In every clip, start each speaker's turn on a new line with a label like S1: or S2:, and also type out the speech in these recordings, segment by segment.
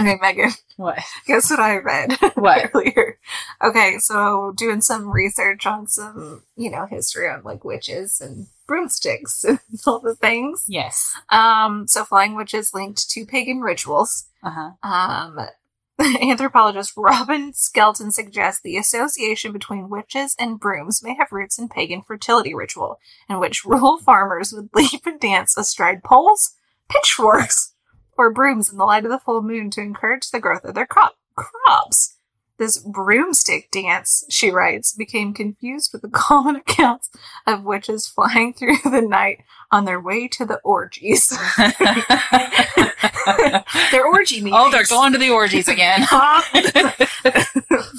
S1: Okay, Megan,
S2: What?
S1: guess what I read
S2: What?
S1: earlier? Okay, so doing some research on some, you know, history on like witches and broomsticks and all the things.
S2: Yes.
S1: Um, so flying witches linked to pagan rituals.
S2: Uh huh.
S1: Um, anthropologist Robin Skelton suggests the association between witches and brooms may have roots in pagan fertility ritual, in which rural farmers would leap and dance astride poles, pitchforks, or brooms in the light of the full moon to encourage the growth of their crop- crops. This broomstick dance, she writes, became confused with the common accounts of witches flying through the night on their way to the orgies. their orgy meetings.
S2: oh, they're going to the orgies again.
S1: Huh?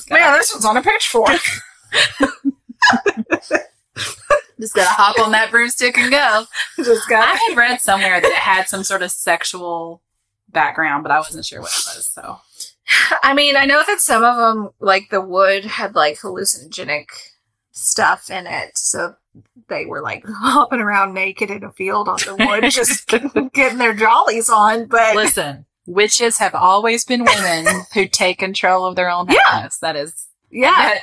S1: Man, this one's on a pitchfork.
S2: Just gotta hop on that broomstick and go.
S1: Just got
S2: I had read somewhere that it had some sort of sexual background, but I wasn't sure what it was. So
S1: I mean, I know that some of them, like the wood, had like hallucinogenic stuff in it, so they were like hopping around naked in a field on the wood, just getting their jollies on. But
S2: listen, witches have always been women who take control of their own
S1: Yeah.
S2: happiness. That is
S1: yeah,
S2: that,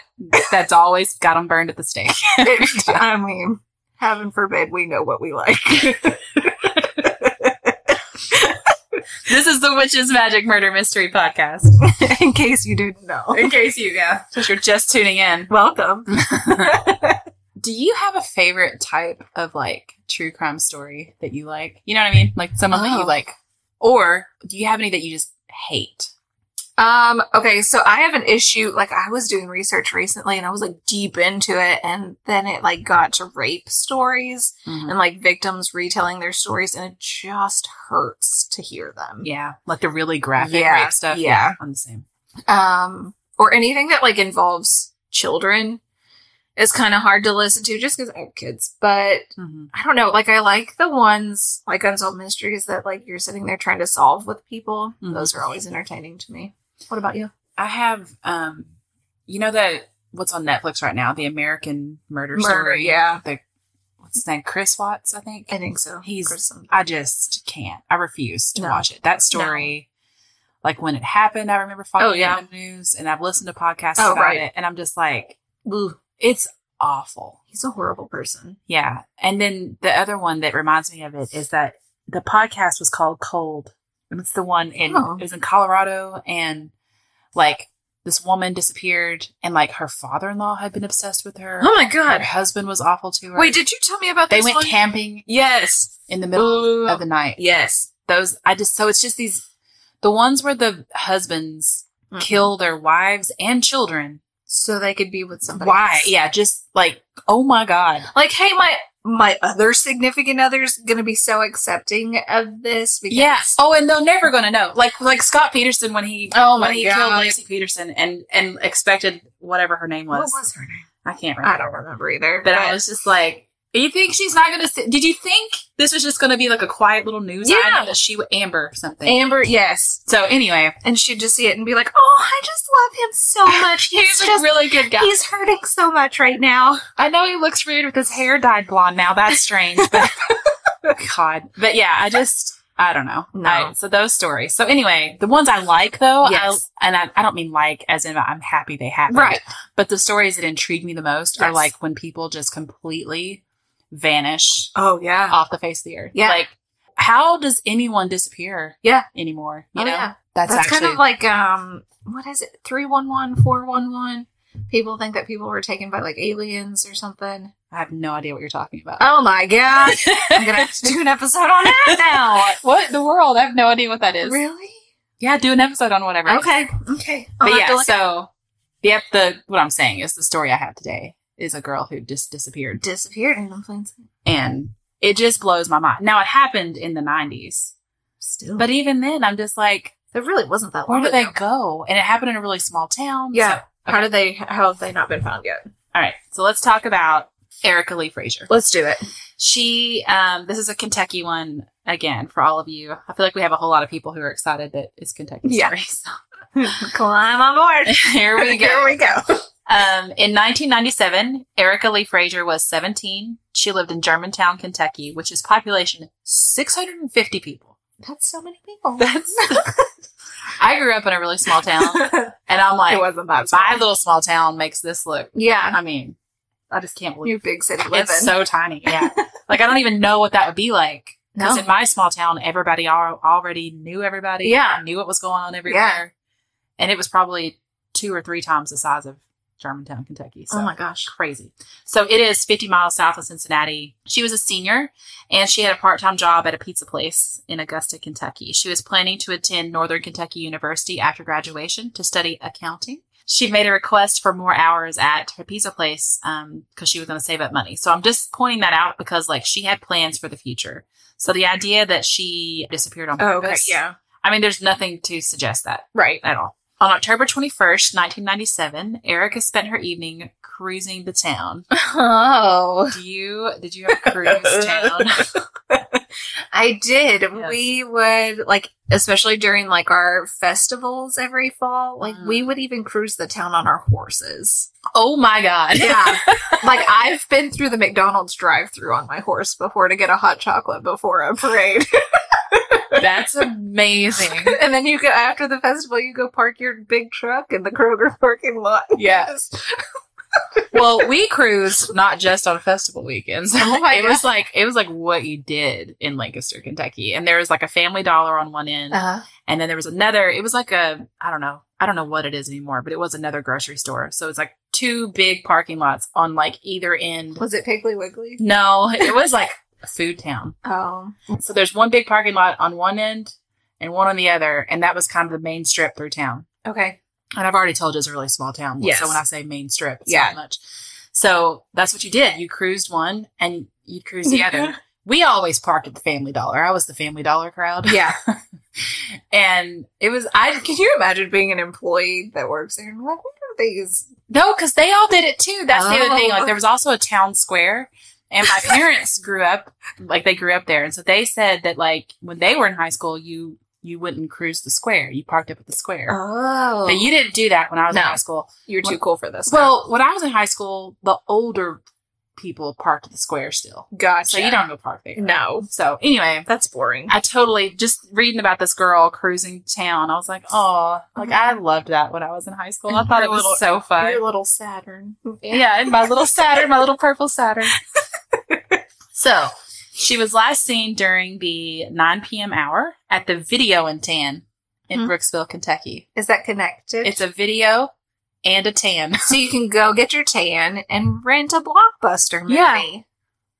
S2: that's always got them burned at the stake.
S1: it- I mean, heaven forbid we know what we like.
S2: This is the Witches Magic Murder Mystery Podcast.
S1: in case you didn't know,
S2: In case you yeah, since you're just tuning in.
S1: welcome.
S2: Do you have a favorite type of like true crime story that you like? You know what I mean? Like someone that you
S1: Oh.
S2: like, or do you have any that you just hate?
S1: Um, okay, so I have an issue. Like, I was doing research recently and I was like deep into it, and then it like got to rape stories
S2: Mm-hmm. Um,
S1: and like victims retelling their stories, and it just hurts to hear them.
S2: Yeah, like the really graphic
S1: Yeah,
S2: rape stuff.
S1: yeah.
S2: I'm the same.
S1: Um, or anything that like involves children is kind of hard to listen to just because I have kids, but
S2: Mm-hmm.
S1: I don't know. Like, I like the ones like Unsolved Mysteries that like you're sitting there trying to solve with people.
S2: Mhm.
S1: Those are always entertaining to me. What about you?
S2: I have, um, you know that what's on Netflix right now, the American Murder, Story.
S1: yeah.
S2: the what's his name, Chris Watts, I think.
S1: I think so.
S2: He's-
S1: Kristen.
S2: I just can't. I refuse to
S1: No.
S2: watch it. That story, like when it happened, I remember following
S1: Oh, yeah.
S2: it on the news, and I've listened to podcasts
S1: Oh,
S2: about
S1: right.
S2: it, and I'm just like, "Ugh, it's awful.
S1: He's a horrible person.
S2: Yeah. And then the other one that reminds me of it is that the podcast was called Cold, and it's the one in
S1: Oh.
S2: it was in Colorado, and like this woman disappeared, and like her father-in-law had been obsessed with her.
S1: Oh my
S2: Her
S1: god!
S2: husband was awful to her.
S1: Wait, did you tell me about
S2: they
S1: this
S2: went
S1: one?
S2: camping
S1: yes,
S2: in the middle of the night.
S1: yes.
S2: those i just so it's just these the ones where the husbands
S1: Mm-hmm.
S2: kill their wives and children
S1: so they could be with somebody.
S2: why
S1: else.
S2: yeah just like oh my god
S1: Like, hey, my my other significant other's gonna be so accepting of this. Because
S2: yes oh and they're never gonna know like like scott peterson when he
S1: Oh
S2: when
S1: my
S2: he killed
S1: god.
S2: lacey peterson and and expected whatever her name
S1: What
S2: was,
S1: was her name?
S2: i can't remember
S1: I don't remember either.
S2: but, i was just like you think she's not gonna sit did you think this was just gonna be like a quiet little news
S1: Yeah.
S2: item that she would amber or something
S1: Amber, yes,
S2: so anyway
S1: and she'd just see it and be like, "Oh, I just love him so much. He's,
S2: he's a
S1: just."
S2: really good guy
S1: He's hurting so much right now.
S2: I know he looks weird with his hair dyed blonde now. That's strange. But God. But yeah, I just I don't know.
S1: No.
S2: I- so those stories. So anyway, the ones I like though,
S1: Yes.
S2: I, and I, I don't mean like as in I'm happy they happened.
S1: Right.
S2: But the stories that intrigue me the most are
S1: Yes.
S2: like when people just completely vanish
S1: Oh yeah.
S2: off the face of the earth.
S1: Yeah.
S2: Like how does anyone disappear?
S1: Yeah.
S2: Anymore. You
S1: Oh,
S2: know?
S1: yeah.
S2: That's,
S1: That's
S2: actually
S1: kind of like um what is it? 311 411. People think that people were taken by like aliens or something.
S2: I have no idea what you're talking about.
S1: Oh my god. I'm going to have to do an episode on that
S2: what in the world? I have no idea what that
S1: now.
S2: is.
S1: really?
S2: Yeah, do an episode on whatever.
S1: Okay. Okay. I'll
S2: but
S1: have to
S2: yeah,
S1: look
S2: so yep, the what I'm saying is the story I have today is a girl who just disappeared,
S1: disappeared in the plains
S2: and it just blows my mind. Now it happened in the 90s,
S1: still. But
S2: but even then, I'm just like,
S1: it really wasn't that
S2: where
S1: long
S2: do they
S1: ago.
S2: go? And it happened in a really small town.
S1: Yeah.
S2: So-
S1: How did they how have they not been found yet?
S2: all right, so let's talk about Erica Lee Frazier.
S1: Let's do it.
S2: She, um, this is a Kentucky one again for all of you. I feel like we have a whole lot of people who are excited that it's Kentucky
S1: Yeah.
S2: stories.
S1: Climb on board.
S2: Here we go.
S1: Here we go.
S2: Um, in 1997, Erica Lee Frazier was 17. She lived in Germantown, Kentucky, which is population 650 people.
S1: That's so many people.
S2: That's. I grew up in a really small town, and I'm
S1: it
S2: like,
S1: wasn't that
S2: my
S1: bad.
S2: little small town makes this look.
S1: Yeah,
S2: I mean, I just can't believe
S1: you big city living.
S2: it's so tiny. Yeah, like I don't even know what that would be like. Because
S1: No.
S2: in my small town, everybody al- already knew everybody.
S1: Yeah.
S2: knew what was going on everywhere, and it was probably two or three times the size of Germantown, Kentucky. So
S1: oh my gosh.
S2: crazy. So it is 50 miles south of Cincinnati. She was a senior and she had a part time job at a pizza place in Augusta, Kentucky. She was planning to attend Northern Kentucky University after graduation to study accounting. She made a request for more hours at her pizza place because she was going to save up money. So I'm just pointing that out because like she had plans for the future. So the idea that she disappeared on
S1: Oh,
S2: purpose,
S1: okay. Yeah.
S2: I mean, there's nothing to suggest that
S1: Right.
S2: at all. On October 21st, 1997, Erica spent her evening cruising the town.
S1: Oh,
S2: Do you did you have a cruise town?
S1: I did.
S2: Yeah.
S1: We would like, especially during like our festivals every fall. Like
S2: Mm.
S1: we would even cruise the town on our horses.
S2: Oh my god.
S1: Yeah, like I've been through the McDonald's drive-through on my horse before to get a hot chocolate before a parade.
S2: That's amazing.
S1: and then you go after the festival, you go park your big truck in the Kroger parking lot.
S2: Yes. Well, we cruised not just on festival weekends.
S1: Oh my
S2: it was like it was like what you did in Lancaster, Kentucky. And there was like a family dollar on one end
S1: Uh,
S2: and then there was another it was like a I don't know. I don't know what it is anymore, but it was another grocery store. So it's like two big parking lots on like either end.
S1: was it Piggly Wiggly?
S2: No, it was like a food town.
S1: Oh,
S2: So there's one big parking lot on one end and one on the other, and that was kind of the main strip through town.
S1: okay.
S2: And I've already told you it's a really small town.
S1: Yes.
S2: So when I say main strip, it's
S1: Yeah.
S2: not much. So that's what you did. You cruised one and you'd cruise the other. we always parked at the Family Dollar. I was the Family Dollar crowd.
S1: Yeah.
S2: And it was, I
S1: Can you imagine being an employee that works there and like, what are these?
S2: No, because they all did it too. That's the other thing.
S1: Oh.
S2: Like there was also a town square, and my parents grew up like they grew up there, and so they said that like when they were in high school, you you wouldn't cruise the square. You parked up at the square.
S1: Oh,
S2: But you didn't do that when I was in
S1: No.
S2: high school.
S1: you're too
S2: Well-
S1: cool for this.
S2: Well, when I was in high school, the older people parked at the square still.
S1: gotcha.
S2: So you don't go park there.
S1: No,
S2: So anyway,
S1: that's boring.
S2: I totally just reading about this girl cruising town. I was like, oh, like I loved that when I was in high school. I thought it was
S1: Little-
S2: so fun.
S1: Your little Saturn.
S2: Yeah, and my little Saturn, my little purple Saturn. so she was last seen during the 9 p.m. hour at the Video and Tan in
S1: Hmm.
S2: Brooksville, Kentucky.
S1: Is that connected?
S2: It's a video and a tan.
S1: so you can go get your tan and rent a blockbuster movie.
S2: Yeah.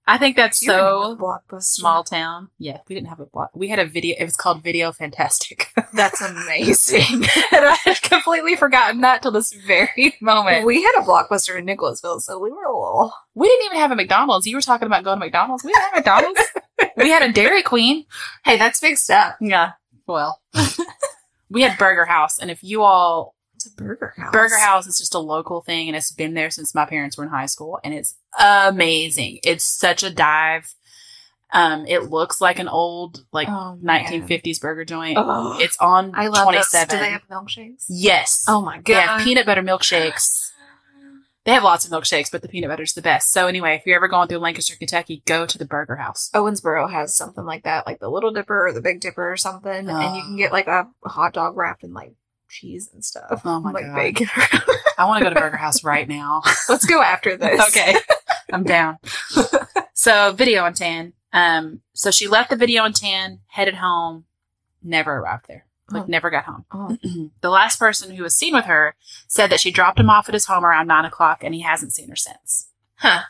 S2: I think that's
S1: You remember
S2: so
S1: blockbuster.
S2: small town. Yeah, we didn't have a block. We had a video. It was called Video Fantastic.
S1: That's amazing.
S2: and I had completely forgotten that till this very moment.
S1: we had a blockbuster in Nicholasville, so we were a little.
S2: We didn't even have a McDonald's. You were talking about going to McDonald's. We didn't have McDonald's. we had a Dairy Queen.
S1: Hey, that's big stuff.
S2: Yeah. Well, we had Burger House, and if you all
S1: It's a burger house.
S2: Burger House is just a local thing, and it's been there since my parents were in high school, and it's amazing. It's such a dive. Um, it looks like an old like
S1: Oh,
S2: 1950s burger joint.
S1: Oh,
S2: It's on
S1: I love
S2: 27.
S1: those. Do they have milkshakes?
S2: yes.
S1: Oh my god.
S2: they have peanut butter milkshakes. They have lots of milkshakes, but the peanut butter's the best. So anyway, if you're ever going through Lancaster, Kentucky, go to the Burger House.
S1: Oh, Owensboro has something like that, like the Little Dipper or the Big Dipper or something, and you can get like a hot dog wrapped in like cheese and stuff.
S2: Oh my
S1: like
S2: God.
S1: bacon.
S2: I want to go to Burger House right now.
S1: Let's go after this.
S2: okay. I'm down. so video on tan. Um, so she left the video on tan, headed home, never arrived there. Like
S1: Oh.
S2: never got home.
S1: Oh.
S2: the last person who was seen with her said that she dropped him off at his home around nine o'clock and he hasn't seen her since.
S1: Huh.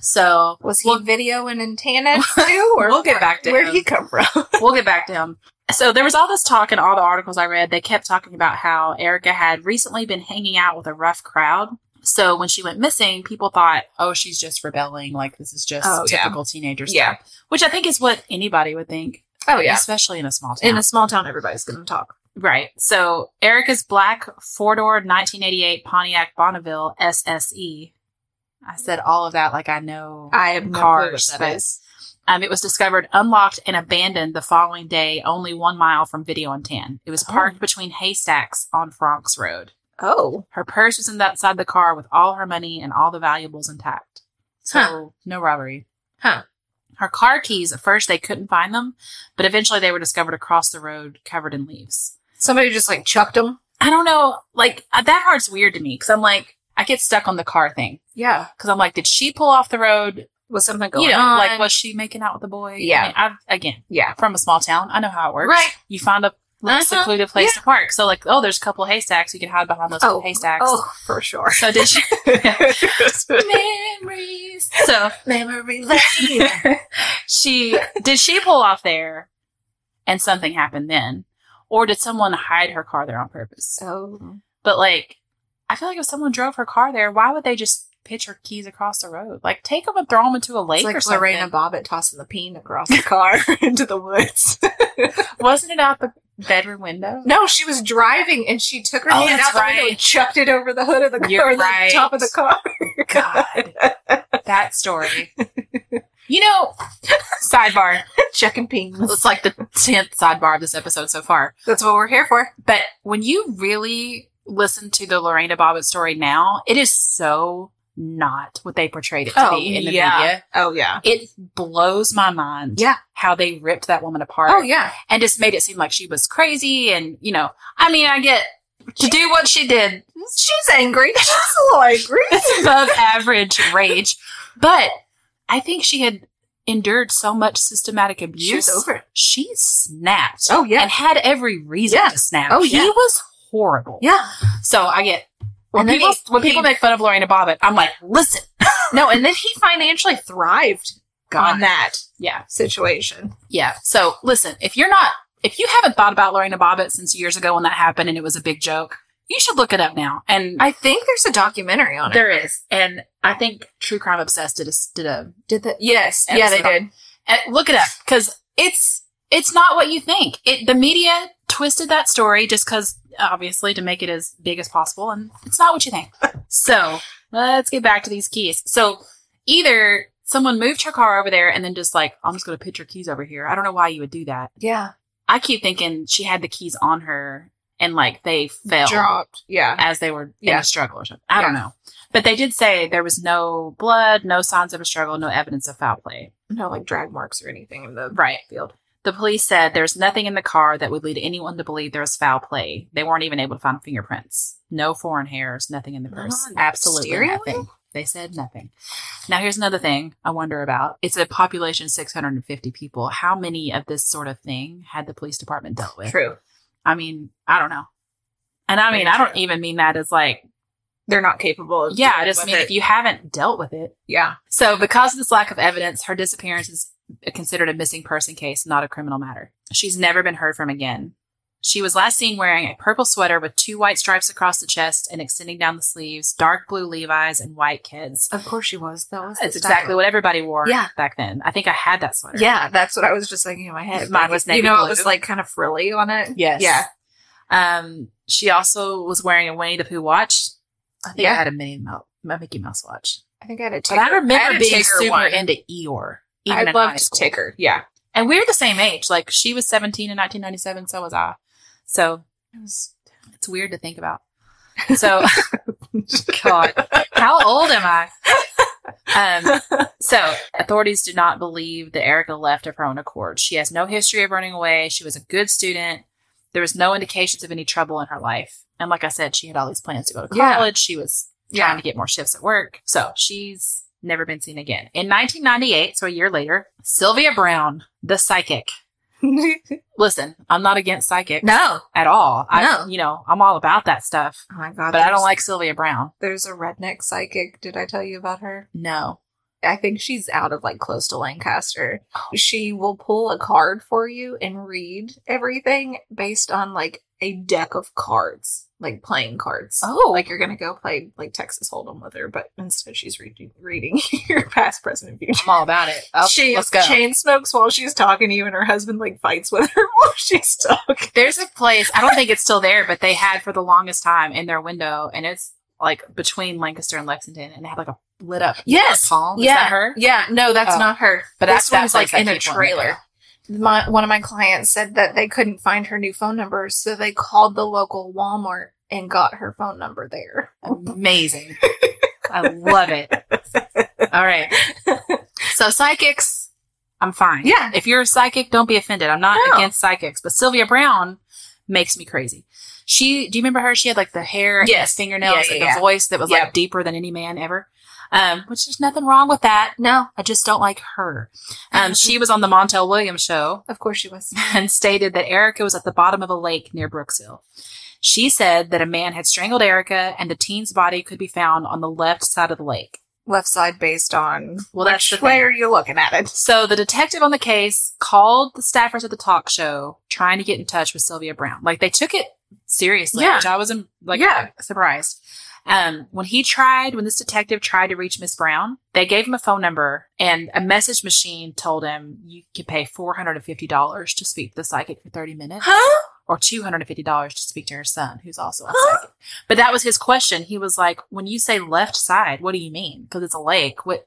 S2: So
S1: Was he
S2: Well-
S1: videoing in Tannin too? Or
S2: We'll get back to
S1: where
S2: him.
S1: he come from. Oh,
S2: we'll get back to him. So there was all this talk in all the articles I read. They kept talking about how Erica had recently been hanging out with a rough crowd. So when she went missing, people thought, "Oh, she's just rebelling. Like this is just
S1: Oh, yeah.
S2: typical teenager stuff."
S1: Yeah.
S2: Which I think is what anybody would think,
S1: Oh
S2: especially in a small town.
S1: In a small town, everybody's going to talk.
S2: right. So Erica's black four door 1988 Pontiac Bonneville SSE. I said all of that like I know.
S1: I have no
S2: Cars,
S1: clue what
S2: but-
S1: that is.
S2: Um, it was discovered unlocked and abandoned the following day, only one mile from Video and Tan. It was parked
S1: Oh.
S2: between haystacks on Franks Road.
S1: Oh,
S2: Her purse was in the outside the car with all her money and all the valuables intact. So
S1: Huh.
S2: no robbery.
S1: Huh.
S2: Her car keys, at first they couldn't find them, but eventually they were discovered across the road covered in leaves.
S1: Somebody just like chucked them.
S2: I don't know. Like uh, that part's weird to me because I'm like, I get stuck on the car thing
S1: Yeah.
S2: because I'm like, did she pull off the road?
S1: Was something
S2: you
S1: going
S2: know,
S1: on?
S2: like was she making out with the boy?
S1: Yeah.
S2: I mean, I've, again,
S1: yeah.
S2: from a small town, I know how it works.
S1: Right.
S2: You find a like,
S1: Uh-huh.
S2: secluded place to park. So like, oh, there's a couple of haystacks. You can hide behind those
S1: Oh.
S2: haystacks.
S1: Oh, for sure.
S2: So did she?
S1: Memories.
S2: so
S1: Memory lane.
S2: she did she pull off there, and something happened then, or did someone hide her car there on purpose?
S1: oh.
S2: But like, I feel like if someone drove her car there, why would they just pitch her keys across the road? Like, take them and throw them into a lake
S1: It's
S2: or
S1: like
S2: something.
S1: Lorena Bobbitt tossing the peen across the car into the woods.
S2: Wasn't it out the bedroom window?
S1: No, she was driving and she took her
S2: Oh,
S1: hand out
S2: that's
S1: the window
S2: right.
S1: and chucked it over the hood of the car,
S2: You're
S1: or the
S2: right.
S1: top of the car.
S2: God, that story. You know, sidebar.
S1: Chucking peens.
S2: It's like the tenth sidebar of this episode so far.
S1: That's what we're here for.
S2: But when you really listen to the Lorena Bobbitt story now, it is so not what they portrayed it to
S1: Oh,
S2: be in the
S1: yeah.
S2: media.
S1: Oh yeah.
S2: It blows my mind.
S1: Yeah.
S2: How they ripped that woman apart.
S1: Oh yeah.
S2: and just made it seem like she was crazy and you know i mean i get to do what she did
S1: She's angry. She's a little angry.
S2: it's above average rage but i think she had endured so much systematic abuse
S1: She's over it.
S2: she snapped
S1: Oh yeah.
S2: and had every reason
S1: Yeah.
S2: to snap
S1: Oh,
S2: he
S1: yeah.
S2: was horrible
S1: yeah.
S2: so i get when
S1: And then
S2: people
S1: he-
S2: when people
S1: he-
S2: make fun of lorena bobbitt i'm like listen
S1: No, and then he financially thrived on
S2: God.
S1: that
S2: yeah
S1: situation.
S2: yeah so listen if you're not if you haven't thought about lorena bobbitt since years ago when that happened and it was a big joke you should look it up now and
S1: I think there's a documentary on it.
S2: There is, and I think True Crime Obsessed did a did a
S1: did that? Yes. Yeah, they
S2: Episode on-
S1: did.
S2: eh, look it up because it's it's not what you think. It the media twisted that story just because obviously to make it as big as possible, and it's not what you think. so let's get back to these keys. So either someone moved her car over there and then just like I'm just going to pitch her keys over here. I don't know why you would do that.
S1: Yeah.
S2: I keep thinking she had the keys on her and like they fell
S1: Dropped. Yeah.
S2: as they were in
S1: Yeah.
S2: a struggle or something. I don't know. But they did say there was no blood, no signs of a struggle, no evidence of foul play.
S1: No like drag marks or anything in the
S2: Right.
S1: field.
S2: The police said there's nothing in the car that would lead anyone to believe there was foul play. They weren't even able to find fingerprints. No foreign hairs, nothing in the purse.
S1: Not on the
S2: Absolutely
S1: steering
S2: nothing. They said nothing. Now here's another thing I wonder about. It's a population of 650 people. How many of this sort of thing had the police department dealt with?
S1: True.
S2: I mean, I don't know. And I
S1: Very
S2: mean, I don't
S1: true.
S2: even mean that as like
S1: They're not capable of
S2: Yeah, I
S1: dealing
S2: just e
S1: with
S2: mean
S1: it.
S2: if you haven't dealt with it.
S1: Yeah.
S2: So, because of this lack of evidence, her disappearance is considered a missing person case, not a criminal matter. She's never been heard from again. She was last seen wearing a purple sweater with two white stripes across the chest and extending down the sleeves, dark blue Levi's, and white kids.
S1: Of course she was. That was
S2: It's exactly what everybody wore
S1: Yeah.
S2: back then. I think I had that sweater.
S1: Yeah, that's what I was just thinking in my head.
S2: Mine was
S1: You
S2: navy
S1: know,
S2: blue.
S1: it was like kind of frilly on it.
S2: Yes.
S1: Yeah.
S2: Um, she also was wearing a Winnie the Pooh watch. I think I
S1: Yeah.
S2: had a Minnie Mouse, a Mickey Mouse watch.
S1: I think I had a
S2: But
S1: ticker.
S2: I remember
S1: had a
S2: being
S1: ticker
S2: super
S1: one.
S2: into Eeyore.
S1: I
S2: in high
S1: loved
S2: school.
S1: ticker. Yeah.
S2: And we're the same age. Like she was 17 in 1997, so was I. So
S1: It was
S2: it's weird to think about. So
S1: Oh
S2: God, how old am I? Um, so authorities do not believe that Erica left of her own accord. She has no history of running away. She was a good student. There was no indications of any trouble in her life. And like I said, she had all these plans to go to
S1: Yeah.
S2: college. She was trying
S1: yeah.
S2: to get more shifts at work. So she's never been seen again. In 1998, so a year later, Sylvia Brown, the psychic.
S1: no.
S2: Listen, I'm not against psychics at all. I,
S1: No.
S2: you know, I'm all about that stuff,
S1: Oh my god.
S2: but I don't
S1: there's-
S2: like Sylvia Brown.
S1: There's a redneck psychic. Did I tell you about her?
S2: No.
S1: I think she's out of like close to Lancaster. She will pull a card for you and read everything based on like a deck of cards, like playing cards.
S2: Oh,
S1: Like you're gonna go play like Texas Hold'em with her, but instead she's reading reading your past, present, and future.
S2: I'm all about it. Oh,
S1: she
S2: let's go.
S1: chain smokes while she's talking to you, and her husband like fights with her while she's talking.
S2: There's a place, I don't think it's still there, but they had for the longest time in their window, and it's like between Lancaster and Lexington, and they had like a lit up
S1: Yes,
S2: palm. Is
S1: Yeah.
S2: that her?
S1: Yeah, no, that's
S2: Oh.
S1: not her. But
S2: But that's-
S1: this
S2: that
S1: one's
S2: place
S1: like
S2: I
S1: in a
S2: keep wanting to go.
S1: trailer. My, one of my clients said that they couldn't find her new phone number, so they called the local Walmart and got her phone number there.
S2: Amazing. I love it. All right. So psychics, I'm fine.
S1: Yeah.
S2: If you're a psychic, don't be offended. I'm not
S1: No.
S2: against psychics, but Sylvia Brown makes me crazy. She, do you remember her? She had like the hair, and
S1: Yes.
S2: the fingernails,
S1: Yeah,
S2: and
S1: yeah, yeah.
S2: the voice that was like
S1: Yep.
S2: deeper than any man ever. Um, which there's nothing wrong with that.
S1: No,
S2: I just don't like her. Um, she was on the Montel Williams show
S1: of course she was.
S2: and stated that Erica was at the bottom of a lake near Brooksville. She said that a man had strangled Erica and the teen's body could be found on the left side of the lake.
S1: Left side based on
S2: Well, that's the
S1: which
S2: thing.
S1: way are you looking at it?
S2: So the detective on the case called the staffers at the talk show trying to get in touch with Sylvia Brown. Like they took it seriously,
S1: Mm-hmm. Yeah.
S2: which I was um, like
S1: Yeah.
S2: surprised. Um, when he tried, when this detective tried to reach Miss Brown, they gave him a phone number and a message machine told him you could pay four hundred and fifty dollars to speak to the psychic for thirty minutes
S1: Huh?
S2: or two hundred and fifty dollars to speak to her son, who's also a
S1: Huh?
S2: psychic. But that was his question. He was like, "When you say left side, what do you mean? Because it's a lake. What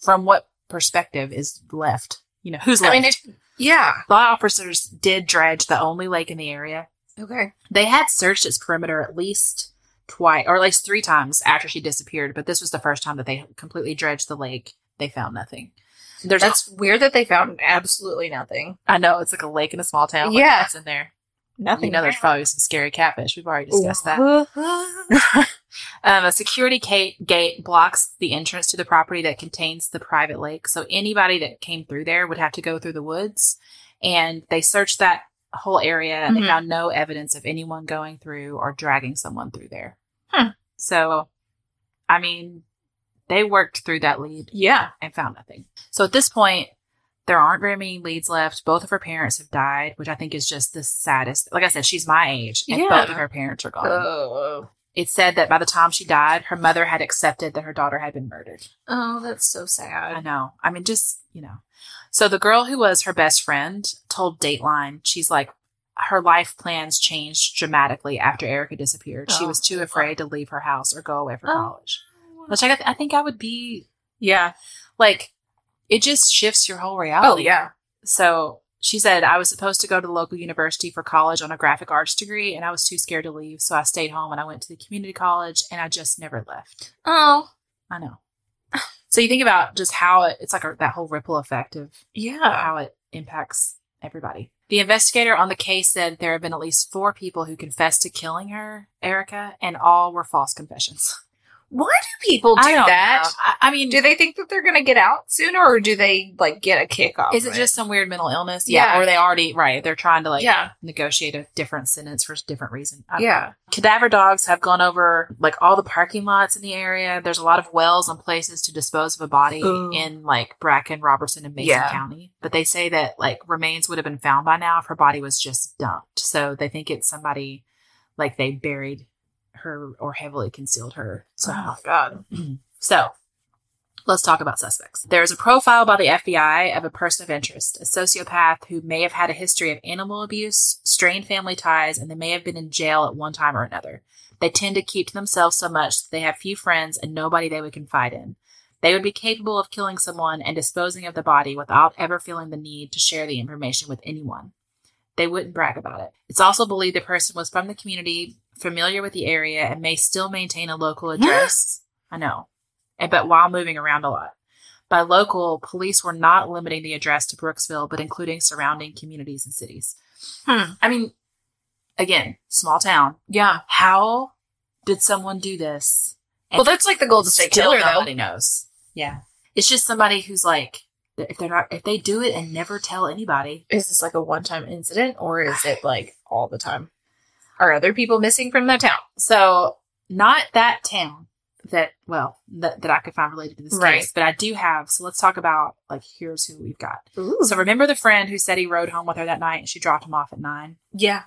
S2: from what perspective is left? You know, who's left?"
S1: I mean, it, yeah.
S2: Law officers did dredge the only lake in the area.
S1: Okay.
S2: They had searched its perimeter at least twice, or at least three times after she disappeared. But this was the first time that they completely dredged the lake. They found nothing. There's
S1: That's weird that they found absolutely nothing.
S2: I know it's like a lake in a small town.
S1: Yeah.
S2: it's in there. You know, there's probably some scary catfish. We've already discussed
S1: discuss
S2: that.
S1: that.
S2: Um, a security ca- gate blocks the entrance to the property that contains the private lake. So anybody that came through there would have to go through the woods. And they searched that whole area and
S1: Mhm.
S2: they found no evidence of anyone going through or dragging someone through there.
S1: Hmm.
S2: So, I mean, they worked through that lead
S1: yeah.
S2: and found nothing. So at this point, there aren't very many leads left. Both of her parents have died, which I think is just the saddest. Like I said, she's my age, and
S1: Yeah.
S2: both of her parents are gone.
S1: Oh.
S2: It said that by the time she died, her mother had accepted that her daughter had been murdered.
S1: Oh, that's so
S2: I
S1: sad.
S2: know. I mean, just, you know. So the girl who was her best friend told Dateline, she's like, her life plans changed dramatically after Erica disappeared. she
S1: Oh.
S2: was too afraid to leave her house or go away for
S1: Oh.
S2: college. Which I, got- I think I would be
S1: Yeah.
S2: like, it just shifts your whole
S1: Oh,
S2: reality.
S1: yeah.
S2: So she said, I was supposed to go to the local university for college on a graphic arts degree, and I was too scared to leave. So I stayed home and I went to the community college, and I just never left.
S1: Oh,
S2: I know. So you think about just how it, it's like a, that whole ripple effect of
S1: yeah.
S2: how it impacts everybody. The investigator on the case said there have been at least four people who confessed to killing her, Erica, and all were false confessions.
S1: Why do people do
S2: I don't
S1: that?
S2: know. I, I mean,
S1: Do they think that they're going to get out sooner, or do they like get a kick off?
S2: is it just some weird mental illness? Yeah,
S1: Yeah.
S2: or they already right? They're trying to like
S1: yeah,
S2: negotiate a different sentence for a different reason. I don't know.
S1: yeah,
S2: Cadaver dogs have gone over like all the parking lots in the area. There's a lot of wells and places to dispose of a body
S1: Ooh.
S2: in like Bracken, Robertson, and Mason
S1: Yeah.
S2: County. But they say that like remains would have been found by now if her body was just dumped. So they think it's somebody like they buried her or heavily concealed her somehow.
S1: Oh, God,
S2: So let's talk about suspects. There is a profile by the FBI of a person of interest, a sociopath who may have had a history of animal abuse, strained family ties, and they may have been in jail at one time or another. They tend to keep to themselves so much that they have few friends and nobody they would confide in. They would be capable of killing someone and disposing of the body without ever feeling the need to share the information with anyone. They wouldn't brag about it. It's also believed the person was from the community, familiar with the area, and may still maintain a local address. I know and but while moving around a lot. By local, police were not limiting the address to Brooksville, but including surrounding communities and cities.
S1: Hmm.
S2: I mean, again, small town.
S1: yeah.
S2: How did someone do this?
S1: Well, that's like the Golden State
S2: Still
S1: Killer, though.
S2: nobody knows. Yeah, it's just somebody who's like, if they're not, if they do it and never tell anybody,
S1: Is this like a one-time incident, or is it like all the time? Are other people missing from that town?
S2: So not that town that well that, that I could find related to this
S1: Right.
S2: case, but I do have. So let's talk about like here's who we've got.
S1: Ooh.
S2: So remember the friend who said he rode home with her that night and she dropped him off at nine.
S1: yeah,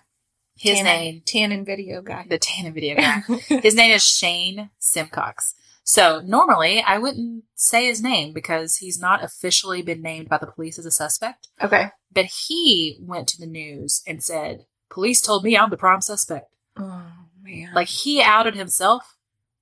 S2: His
S1: Tannen-
S2: name,
S1: Tannen video guy.
S2: the Tannen video guy. his name is Shane Simcox. So normally I wouldn't say his name because he's not officially been named by the police as a suspect.
S1: okay.
S2: But he went to the news and said, "Police told me I'm the prime suspect."
S1: Oh man.
S2: Like he outed himself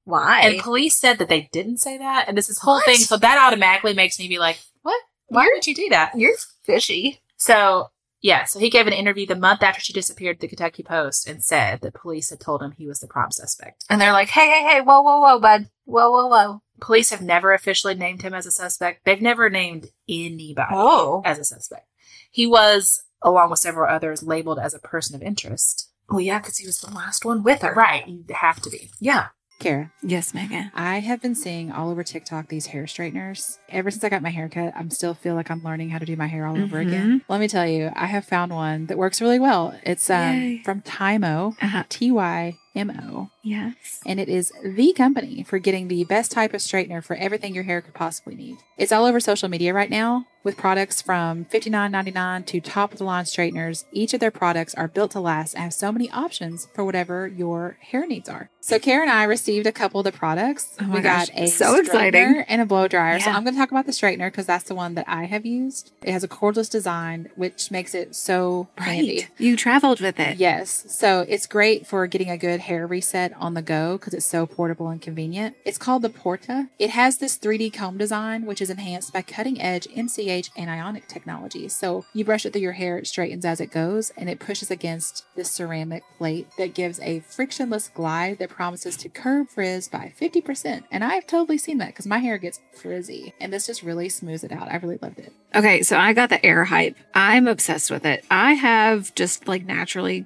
S1: why?
S2: And police said that they didn't say that, and this is whole
S1: What?
S2: thing. So that automatically makes me be like, "What? Why
S1: You're-
S2: would you do that?"
S1: You're fishy.
S2: So yeah, so he gave an interview the month after she disappeared to the Kentucky Post and said that police had told him he was the prime suspect.
S1: And they're like, hey, hey, hey, whoa, whoa, whoa, bud, whoa, whoa, whoa.
S3: Police have never officially named him as a suspect. They've never named anybody
S1: Oh.
S3: as a suspect. He was, along with several others, labeled as a person of interest.
S1: Well, yeah, because he was the last one with her.
S3: Right, you have to be.
S1: Yeah.
S2: Kara,
S4: Yes, Megan.
S2: I have been seeing all over TikTok these hair straighteners. Ever since I got my hair cut, I'm still feel like I'm learning how to do my hair all over
S3: Mm-hmm.
S4: Mhm.
S2: again. Let me tell you, I have found one that works really well. It's um,
S4: Yay.
S2: from Tymo,
S4: Uh-huh.
S2: T Y M O.
S4: Yes.
S2: and it is the company for getting the best type of straightener for everything your hair could possibly need. It's all over social media right now with products from $59.99 to top of the line straighteners. Each of their products are built to last and have so many options for whatever your hair needs are. So Karen and I received a couple of the products.
S4: Oh my
S2: we
S4: gosh,
S2: got a
S4: so exciting.
S2: straightener and a blow dryer. So
S4: Yeah.
S2: I'm going to talk about the straightener because that's the one that I have used. It has a cordless design, which makes it so handy.
S4: Right. You traveled with it.
S2: Yes. So it's great for getting a good hair reset on the go because it's so portable and convenient. It's called the Porta. It has this 3D comb design, which is enhanced by cutting edge MCH anionic technology. So you brush it through your hair, it straightens as it goes, and it pushes against this ceramic plate that gives a frictionless glide that promises to curb frizz by 50%. And I've totally seen that because my hair gets frizzy. And this just really smooths it out. I really loved it.
S4: Okay, so I got the air hype. I'm obsessed with it. I have just like naturally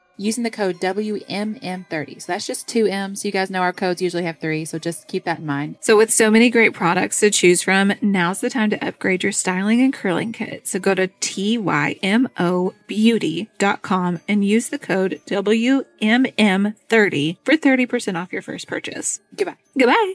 S2: using the code WMM30. So that's just two M's. You guys know our codes usually have three, so just keep that in mind.
S4: So, with so many great products to choose from, now's the time to upgrade your styling and curling kit. So, go to TYMOBeauty.com and use the code WMM30 for 30% off your first purchase.
S2: Goodbye.
S4: Goodbye.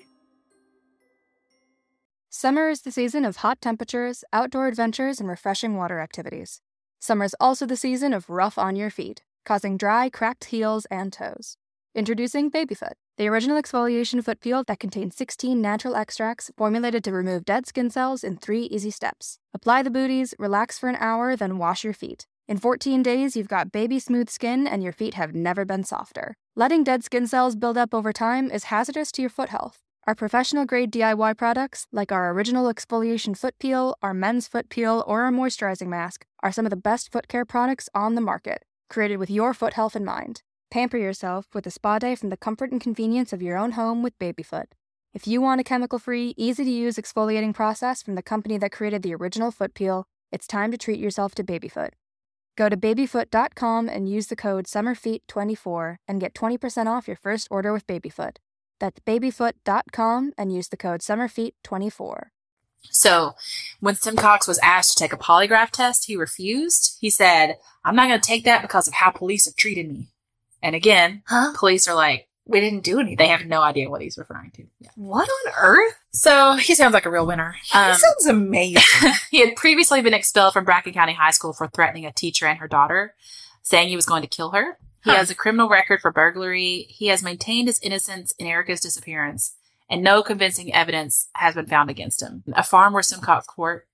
S5: Summer is the season of hot temperatures, outdoor adventures, and refreshing water activities. Summer is also the season of rough on your feet, causing dry, cracked heels and toes. Introducing Babyfoot, the original exfoliation foot peel that contains 16 natural extracts formulated to remove dead skin cells in three easy steps. Apply the booties, relax for an hour, then wash your feet. In 14 days, you've got baby smooth skin and your feet have never been softer. Letting dead skin cells build up over time is hazardous to your foot health. Our professional grade DIY products, like our original exfoliation foot peel, our men's foot peel, or our moisturizing mask, are some of the best foot care products on the market, created with your foot health in mind. Pamper yourself with a spa day from the comfort and convenience of your own home with Babyfoot. If you want a chemical free, easy to use exfoliating process from the company that created the original foot peel, it's time to treat yourself to Babyfoot. Go to babyfoot.com and use the code SUMMERFEET24 and get 20% off your first order with Babyfoot. That's babyfoot.com and use the code SummerFeet24.
S3: So, when Simcox was asked to take a polygraph test, he refused. He said, I'm not going to take that because of how police have treated me. And again,
S1: Huh?
S3: police are like,
S1: We didn't do anything.
S3: they have no idea what he's referring to. Yeah.
S1: What on earth?
S3: So, he sounds like a real winner.
S1: That
S3: Um,
S1: sounds amazing.
S3: he had previously been expelled from Bracken County High School for threatening a teacher and her daughter, saying he was going to kill her. He
S1: Huh.
S3: has a criminal record for burglary. He has maintained his innocence in Erica's disappearance, and no convincing evidence has been found against him. A farm where Simcox worked,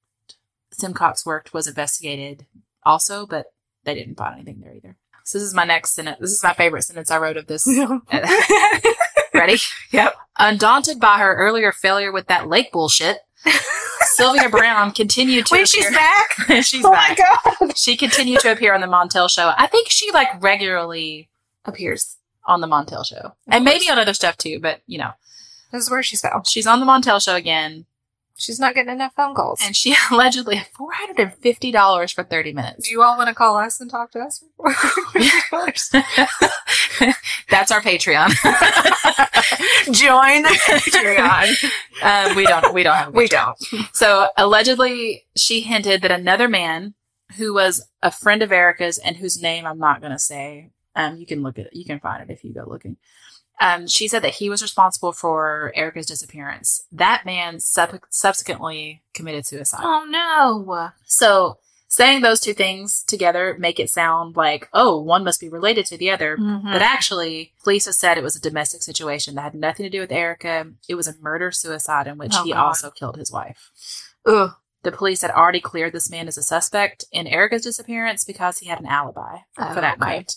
S3: Simcox worked was investigated also, but they didn't find anything there either. So this is my next sentence. This is my favorite sentence I wrote of this Ready?
S1: Yep.
S3: Undaunted by her earlier failure with that lake bullshit, Sylvia Brown continued to
S1: Wait, she's
S3: appear-
S1: back?
S3: she's
S1: oh
S3: back.
S1: my god.
S3: She continued to appear on the Montel show. I think she like regularly
S1: Appears.
S3: on the Montel show. and maybe on other stuff too, but you know.
S1: This is where she's found.
S3: She's on the Montel show again
S1: She's not getting enough phone calls.
S3: and she allegedly had four hundred and fifty dollars for thirty minutes.
S1: do you all want to call us and talk to us?
S3: That's our Patreon.
S1: Join the Patreon.
S3: um, we don't we don't have a
S1: we
S3: Patreon.
S1: don't.
S3: So allegedly, she hinted that another man who was a friend of Erica's and whose name I'm not going to say. Um, you can look at it. You can find it if you go looking. Um, she said that he was responsible for Erica's disappearance. That man sub- subsequently committed suicide.
S1: Oh no.
S3: So saying those two things together make it sound like, oh, one must be related to the other.
S1: Mhm.
S3: But actually, police have said it was a domestic situation that had nothing to do with Erica. It was a murder suicide in which
S1: Oh,
S3: he
S1: God.
S3: also killed his wife.
S1: Ugh.
S3: The police had already cleared this man as a suspect in Erica's disappearance because he had an alibi
S1: Oh,
S3: for that
S1: okay.
S3: night.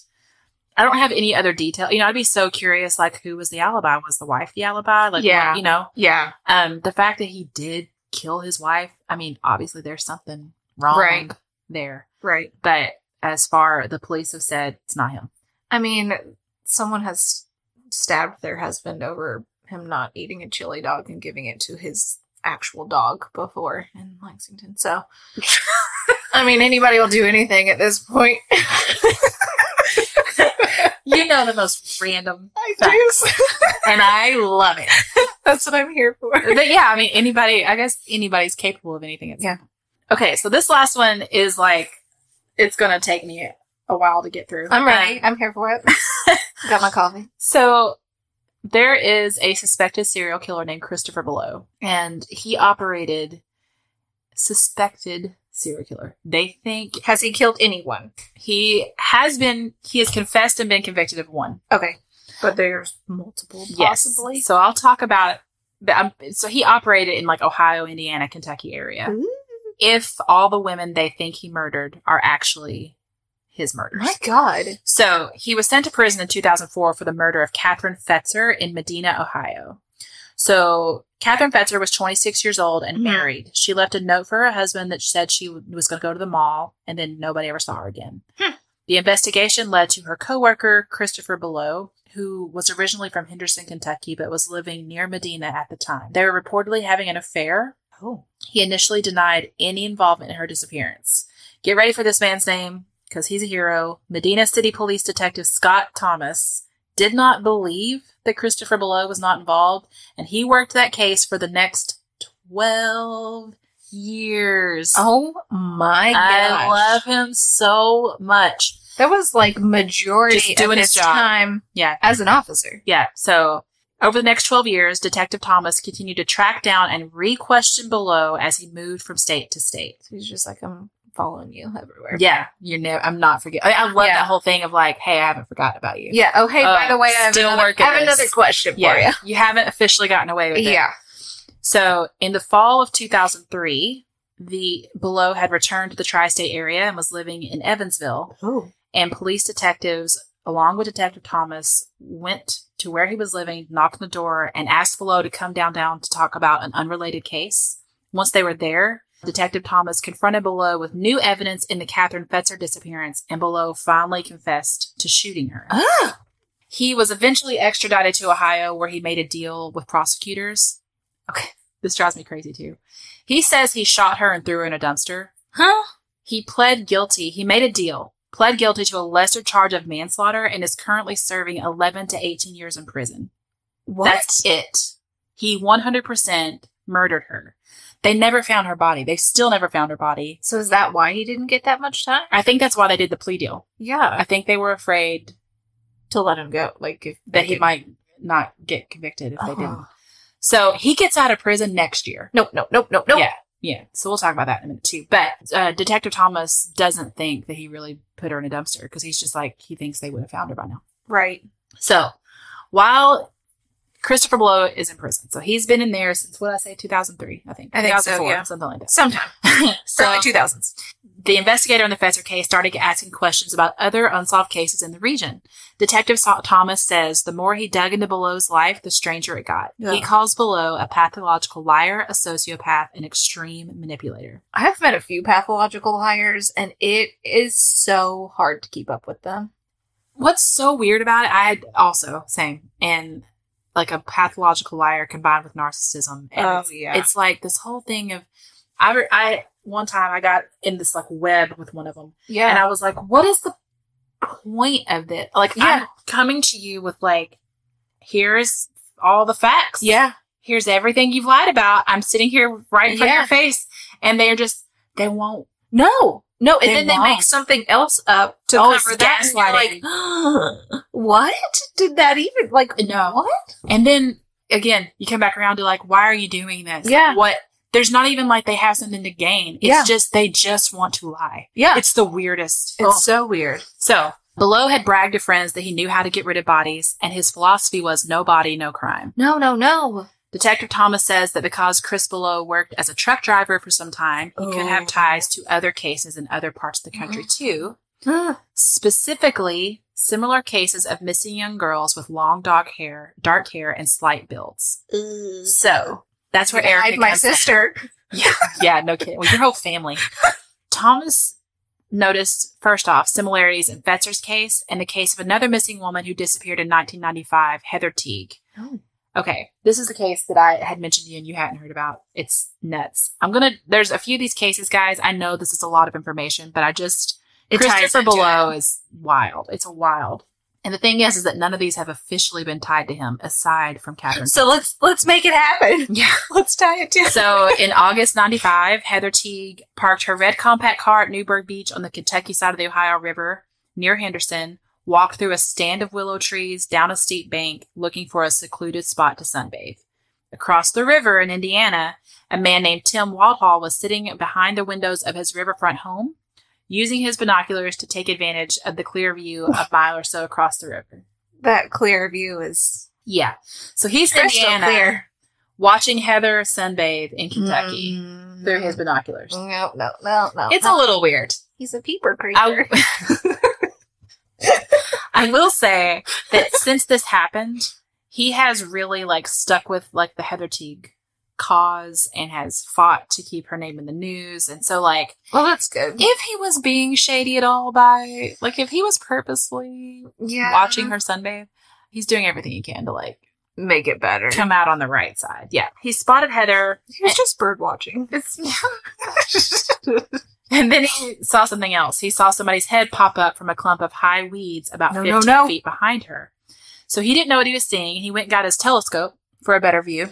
S3: I don't have any other detail. You know, I'd be so curious, like who was the alibi? Was the wife the alibi? Like,
S1: Yeah.
S3: you know,
S1: Yeah.
S3: um, the fact that he did kill his wife. I mean, obviously there's something wrong
S1: Right.
S3: there.
S1: Right.
S3: But as far the police have said, it's not him.
S1: I mean, someone has stabbed their husband over him not eating a chili dog and giving it to his actual dog before in Lexington. So, I mean, anybody will do anything at this point.
S3: You know, the most random,
S1: I
S3: and I love it.
S1: That's what I'm here for.
S3: but yeah, I mean, anybody, I guess anybody's capable of anything. It's
S1: Yeah.
S3: Okay, so this last one is like, it's going to take me a while to get through.
S1: I'm ready.
S3: Um,
S1: I'm here for it. Got my coffee.
S3: so there is a suspected serial killer named Christopher Below, and he operated suspected serial killer. They think
S1: Has he killed anyone?
S3: he has been, he has confessed and been convicted of one.
S1: Okay. But there's multiple, possibly.
S3: So I'll talk about. But um, so he operated in like Ohio, Indiana, Kentucky area.
S1: Ooh.
S3: If all the women they think he murdered are actually his murders.
S1: My God.
S3: So he was sent to prison in 2004 for the murder of Catherine Fetzer in Medina, Ohio. So Catherine Fetzer was 26 years old and
S1: Mhm.
S3: married. She left a note for her husband that said she w- was going to go to the mall, and then nobody ever saw her again.
S1: Hmm.
S3: The investigation led to her coworker Christopher Below, who was originally from Henderson, Kentucky, but was living near Medina at the time. They were reportedly having an affair.
S1: Oh.
S3: He initially denied any involvement in her disappearance. Get ready for this man's name because he's a hero. Medina City Police Detective Scott Thomas did not believe that Christopher Below was not involved, and he worked that case for the next 12 years.
S1: Oh my
S3: I
S1: God.
S3: love him so much.
S1: that was like majority
S3: Just
S1: of
S3: doing his
S1: his,
S3: job.
S1: time
S3: Yeah.
S1: as an officer.
S3: Yeah. So over the next 12 years, Detective Thomas continued to track down and re question Below as he moved from state to state.
S1: So he's just like, I'm following you everywhere.
S3: Yeah, you're never. I'm not forgetting. I, I love
S1: Yeah.
S3: that whole thing of like, hey, I haven't forgotten about you.
S1: Yeah. Oh, hey, by
S3: Uh,
S1: the way, I have,
S3: still
S1: another,
S3: working
S1: I have
S3: this.
S1: another question for
S3: yeah.
S1: you.
S3: You haven't officially gotten away with it.
S1: Yeah.
S3: So in the fall of 2003, the Below had returned to the tri-state area and was living in Evansville.
S1: Oh.
S3: And police detectives, along with Detective Thomas, went to where he was living, knocked on the door, and asked Below to come down down to talk about an unrelated case. Once they were there, Detective Thomas confronted Below with new evidence in the Catherine Fetzer disappearance, and Below finally confessed to shooting her.
S1: Ah.
S3: He was eventually extradited to Ohio, where he made a deal with prosecutors. Okay, this drives me crazy too. He says he shot her and threw her in a dumpster.
S1: Huh?
S3: He pled guilty. He made a deal, pled guilty to a lesser charge of manslaughter, and is currently serving 11 to 18 years in prison.
S1: What?
S3: That's it. He 100% murdered her. They never found her body. They still never found her body.
S1: so is that why he didn't get that much time?
S3: I think that's why they did the plea deal.
S1: Yeah.
S3: I think they were afraid
S1: To let him go. Like, if
S3: that he
S1: could-
S3: might not get convicted if they
S1: Oh.
S3: didn't. So he gets out of prison next year.
S1: Nope, nope, nope, nope, nope.
S3: Yeah. Yeah. So we'll talk about that in a minute too. But uh, Detective Thomas doesn't think that he really put her in a dumpster because he's just like, he thinks they would have found her by now.
S1: Right.
S3: So while Christopher Blow is in prison, so he's been in there since what I say, 2003, I think.
S1: I think so,
S3: 2004,
S1: yeah.
S3: Something like that.
S1: Sometime.
S3: so
S1: Early 2000s.
S3: the investigator in the Fetzer case started asking questions about other unsolved cases in the region. Detective Sa- Thomas says the more he dug into Below's life, the stranger it got.
S1: Yeah.
S3: He calls Below a pathological liar, a sociopath, an extreme manipulator.
S1: I've met a few pathological liars, and it is so hard to keep up with them.
S3: What's so weird about it? I had also same and like a pathological liar combined with narcissism. And it's,
S1: Oh, yeah.
S3: it's like this whole thing of I re- I one time I got in this like web with one of them,
S1: yeah.
S3: and I was like, what is the point of this? Like I'm
S1: Yeah.
S3: coming to you with like here's all the facts.
S1: yeah.
S3: Here's everything you've lied about. I'm sitting here right in front of
S1: Yeah.
S3: your face, and they're just they won't
S1: No, no, and
S3: They
S1: then they
S3: won't.
S1: make something else up to
S3: Oh,
S1: cover that. And you're
S3: gaslighting.
S1: like, what did that even like?
S3: No.
S1: what?
S3: And then again, you come back around to like, why are you doing this?
S1: Yeah.
S3: What? There's not even like they have something to gain. It's
S1: Yeah.
S3: just they just want to lie.
S1: Yeah, it's,
S3: It's the weirdest.
S1: so weird.
S3: So, Below had bragged to friends that he knew how to get rid of bodies, and his philosophy was no body, no crime.
S1: No, no, no.
S3: Detective Thomas says that because Chris Below worked as a truck driver for some time, he could
S1: Oh. Mm-hmm.
S3: have ties to other cases in other parts of the country too. Specifically, similar cases of missing young girls with long dog hair, dark hair, and slight builds. So that's where Erica
S1: Hide my
S3: comes in.
S1: sister.
S3: Yeah, no kidding. Well, your whole family. Thomas noticed, first off, similarities in Fetzer's case and the case of another missing woman who disappeared in 1995, Heather Teague.
S1: Oh.
S3: Okay, this is the case that I had mentioned to you and you hadn't heard about. It's nuts. I'm gonna. There's a few of these cases, guys. I know this is a lot of information, but I just
S1: It ties
S3: Christopher
S1: into
S3: Below is wild. It's a wild. And the thing is, is that none of these have officially been tied to him, aside from Catherine.
S1: So let's let's make it happen.
S3: yeah.
S1: Let's tie it to.
S3: So in August 95, Heather Teague parked her red compact car at Newburgh Beach on the Kentucky side of the Ohio River near Henderson, walked through a stand of willow trees down a steep bank looking for a secluded spot to sunbathe. Across the river in Indiana, a man named Tim Waldhall was sitting behind the windows of his riverfront home, using his binoculars to take advantage of the clear view a mile or so across the river.
S1: that clear view is
S3: Yeah. So he's in
S1: Crystal
S3: Indiana
S1: clear. Mm-hmm.
S3: watching Heather sunbathe in Kentucky
S1: Mm.
S3: through his binoculars.
S1: No, no, no, no.
S3: Mm. It's a little weird.
S1: he's a peeper creature.
S3: I, I will say that since this happened, he has really like stuck with like the Heather Teague cause and has fought to keep her name in the news. And so like
S1: well, that's good.
S3: if he was being shady at all by like if he was purposely
S1: Yeah,
S3: watching her sunbathe, he's doing everything he can to like
S1: make it better.
S3: come out on the right side. Yeah. He spotted Heather
S1: He was just bird watching.
S3: And then he saw something else. He saw somebody's head pop up from a clump of high weeds about
S1: No,
S3: 15
S1: no, no.
S3: feet behind her. So he didn't know what he was seeing. He went and got his telescope for a better view.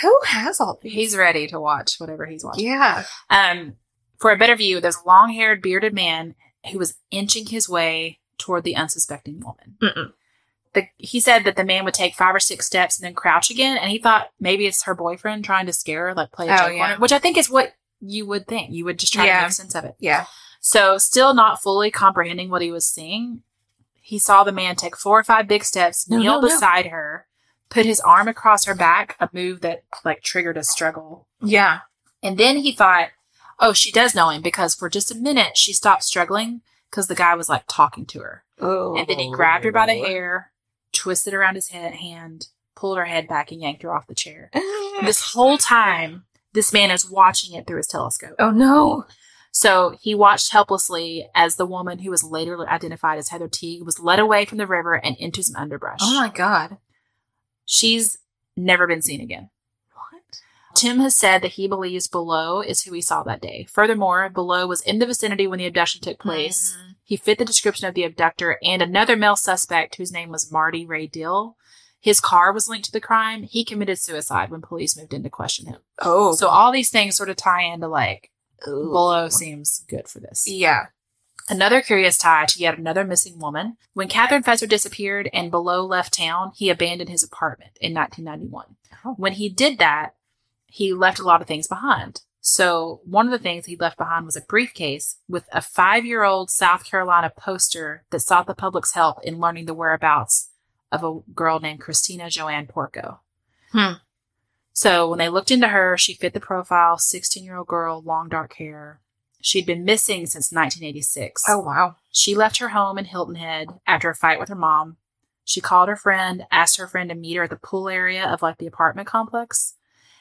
S1: Who has all these?
S3: He's ready to watch whatever he's watching.
S1: Yeah.
S3: Um, for a better view, there's a long haired, bearded man who was inching his way toward the unsuspecting woman.
S1: Mm-mm.
S3: The, he said that the man would take five or six steps and then crouch again. And he thought maybe it's her boyfriend trying to scare her, like play a
S1: Oh,
S3: joke on
S1: yeah.
S3: her, which I think is what you would think. You would just try
S1: Yeah.
S3: to make sense of it.
S1: Yeah.
S3: So, still not fully comprehending what he was seeing, he saw the man take four or five big steps,
S1: No,
S3: kneel
S1: no, no.
S3: beside her, put his arm across her back, a move that like triggered a struggle.
S1: Yeah.
S3: And then he thought, oh, she does know him because for just a minute she stopped struggling because the guy was like talking to her.
S1: Oh.
S3: And then he grabbed her by the hair, twisted around his head, hand, pulled her head back, and yanked her off the chair. This whole time, this man is watching it through his telescope.
S1: oh no.
S3: So he watched helplessly as the woman who was later identified as Heather Teague was led away from the river and into some underbrush.
S1: Oh my god.
S3: She's never been seen again.
S1: What?
S3: Tim has said that he believes Below is who he saw that day. Furthermore, Below was in the vicinity when the abduction took place.
S1: Mm-hmm.
S3: He fit the description of the abductor and another male suspect whose name was Marty Ray Dill. His car was linked to the crime. He committed suicide when police moved in to question him.
S1: Oh.
S3: So all these things sort of tie into like
S1: Ooh.
S3: Below seems good for this.
S1: Yeah.
S3: Another curious tie to yet another missing woman. When Catherine Fetzer disappeared and Below left town, he abandoned his apartment in 1991.
S1: Oh.
S3: When he did that, he left a lot of things behind. So, one of the things he left behind was a briefcase with a five year old South Carolina poster that sought the public's help in learning the whereabouts of a girl named Christina Joanne Porco.
S1: Hmm.
S3: So, when they looked into her, she fit the profile 16 year old girl, long dark hair. She'd been missing since 1986.
S1: Oh wow.
S3: She left her home in Hilton Head after a fight with her mom. She called her friend, asked her friend to meet her at the pool area of like the apartment complex.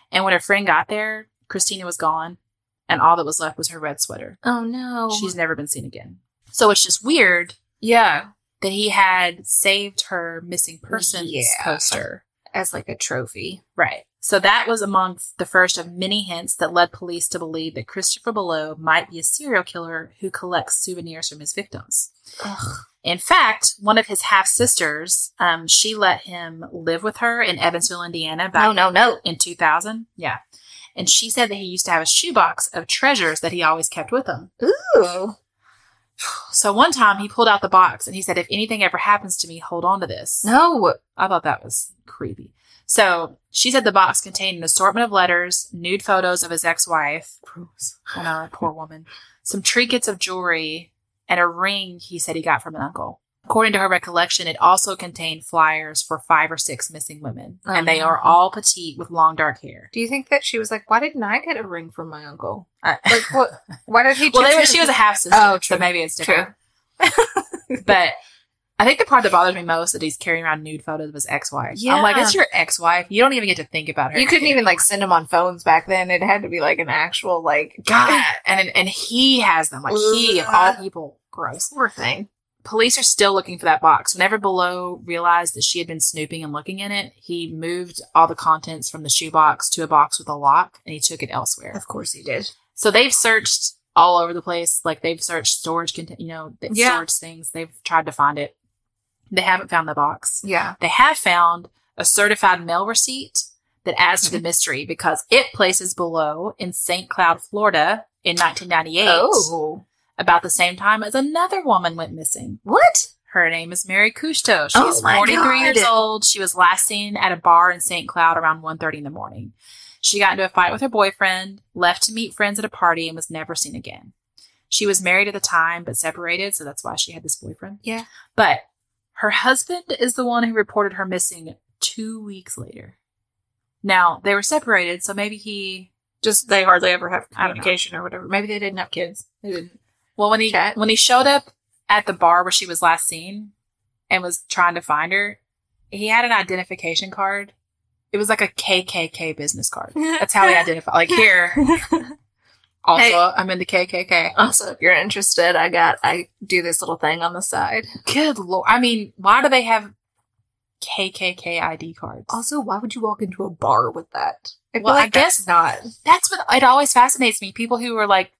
S3: And when her friend got there, Christina was gone, and all that was left was her red sweater.
S1: Oh no.
S3: She's never been seen again. So it's just weird
S1: yeah.
S3: that he had saved her missing persons
S1: Yeah.
S3: poster.
S1: As like a trophy.
S3: Right. So that was among the first of many hints that led police to believe that Christopher Below might be a serial killer who collects souvenirs from his victims.
S1: Ugh.
S3: In fact, one of his half sisters, um,
S1: Oh,
S3: she let him live with her in Evansville, Indiana, back
S1: no no.
S3: in 2000. Yeah. And she said that he used to have a shoebox of treasures that he always kept with him.
S1: Ooh.
S3: So one time he pulled out the box and he said, If anything ever happens to me, hold on to this.
S1: No.
S3: I thought that was creepy. So she said the box contained an assortment of letters, nude photos of his ex wife. I know, poor woman. Some trinkets of jewelry and a ring he said he got from an uncle. According to her recollection, it also contained flyers for five or six missing women, and
S1: Oh,
S3: they are all petite with long dark hair.
S1: Do you think that she was like, why didn't I get a ring from my uncle? Like, what? Why did he?
S3: Uh, well, they
S1: choose
S3: were,
S1: me?
S3: she was a half sister,
S1: Oh,
S3: so
S1: true.
S3: maybe it's
S1: True.
S3: different. But I think the part that bothers me most is that he's carrying around nude photos of his ex-wife.
S1: Yeah.
S3: I'm like, it's your ex-wife. You don't even get to think about her.
S1: You couldn't even like send them on phones back then. It had to be like an actual like
S3: God. And and he has them. Like he of all
S1: Ugh.
S3: people. Gross.
S1: poor thing.
S3: Police are still looking for that box. Whenever Below realized that she had been snooping and looking in it, he moved all the contents from the shoebox to a box with a lock and he took it elsewhere.
S1: Of course he did.
S3: So they've searched all over the place. Like they've searched storage, cont- you know, th-
S1: Yeah.
S3: storage things. They've tried to find it. They haven't found the box.
S1: Yeah.
S3: They have found a certified mail receipt that adds to the mystery because it places below in St. Cloud, Florida in 1998,
S1: Oh.
S3: about the same time as another woman went missing.
S1: What?
S3: Her name is Mary Cousteau. She's
S1: Oh my
S3: 43
S1: God.
S3: years old. She was last seen at a bar in St. Cloud around 1.30 in the morning. She got into a fight with her boyfriend, left to meet friends at a party, and was never seen again. She was married at the time, but separated, so that's why she had this boyfriend.
S1: Yeah.
S3: But her husband is the one who reported her missing two weeks later. Now, they were separated, so maybe he
S1: Just they hardly ever have
S3: I don't know.
S1: communication or whatever. Maybe they didn't have kids. They didn't.
S3: Well, when he
S1: Chat.
S3: when he showed up at the bar where she was last seen and was trying to find her, he had an identification card. It was like a KKK business card. That's how he identified. Like here, also
S1: Hey.
S3: I'm in the KKK.
S1: Also, if you're interested, I got I do this little thing on the side.
S3: Good lord! I mean, why do they have KKK ID cards?
S1: Also, why would you walk into a bar with that? feel
S3: Well, I
S1: like that's
S3: guess-
S1: not.
S3: That's what it always fascinates me. People who are like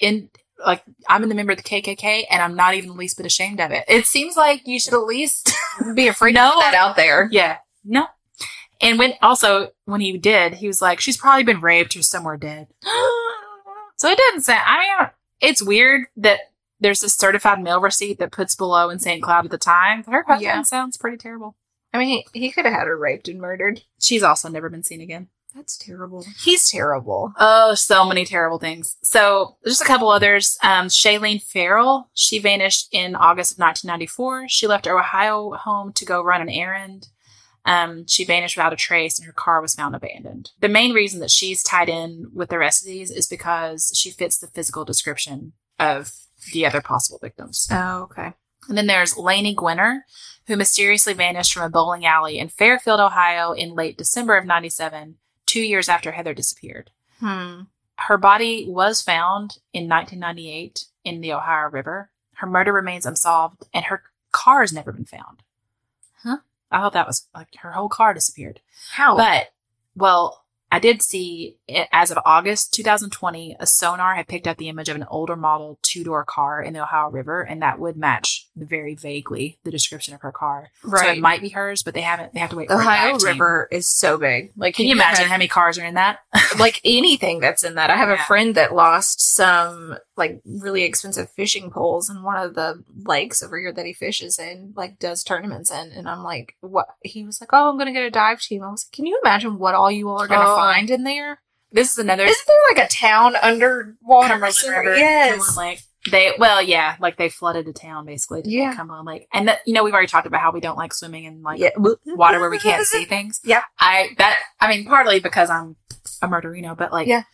S3: in like I'm in the member of the KKK and I'm not even the least bit ashamed of it. It seems like you should at least
S1: Be afraid
S3: No.
S1: to put that out there.
S3: Yeah. No. And when also when he did, he was like, "She's probably been raped or somewhere dead." so it doesn't sound. I mean, I don't- it's weird that there's this certified mail receipt that puts below in St. Cloud at the time. Her husband
S1: Yeah.
S3: sounds pretty terrible.
S1: I mean, he, he could have had her raped and murdered.
S3: She's also never been seen again.
S1: That's terrible. He's terrible.
S3: Oh, so many terrible things. So just a couple others. Um, Shailene Farrell, she vanished in August of 1994. She left her Ohio home to go run an errand. Um, she vanished without a trace, and her car was found abandoned. The main reason that she's tied in with the rest of these is because she fits the physical description of the other possible victims.
S1: Oh, okay.
S3: And then there's Lainey Gwinner, who mysteriously vanished from a bowling alley in Fairfield, Ohio, in late December of '97, two years after Heather disappeared
S1: Hmm.
S3: her body was found in 1998 in the Ohio River. Her murder remains unsolved, and her car has never been found.
S1: Huh? Oh.
S3: I thought that was like her whole car disappeared.
S1: How?
S3: But well, I did see it, as of August 2020, a sonar had picked up the image of an older model two door car in the Ohio River, and that would match very vaguely the description of her car. So it
S1: right.
S3: might be hers, but they haven't. They have to wait.
S1: the
S3: for a
S1: Ohio
S3: dive team.
S1: River is so big. Like,
S3: Can you imagine how many cars are in that?
S1: like anything that's in that. I have
S3: Yeah.
S1: a friend that lost some like really expensive fishing poles in one of the lakes over here that he fishes in, like does tournaments in. And I'm like, what? He was like, oh, I'm gonna get a dive team. I was like, can you imagine what all you all are gonna
S3: Oh.
S1: find in there?
S3: This is another
S1: Isn't there like a town underwater?
S3: Cumberland
S1: somewhere?
S3: River, Cumberland
S1: Yes.
S3: Lake. They well, yeah, like they flooded a town basically. To
S1: Yeah.
S3: Cumberland Lake, and that, you know we've already talked about how we don't like swimming in like
S1: Yeah.
S3: water where we can't see things.
S1: Yeah.
S3: I that I mean partly because I'm a murderino, but like
S1: Yeah.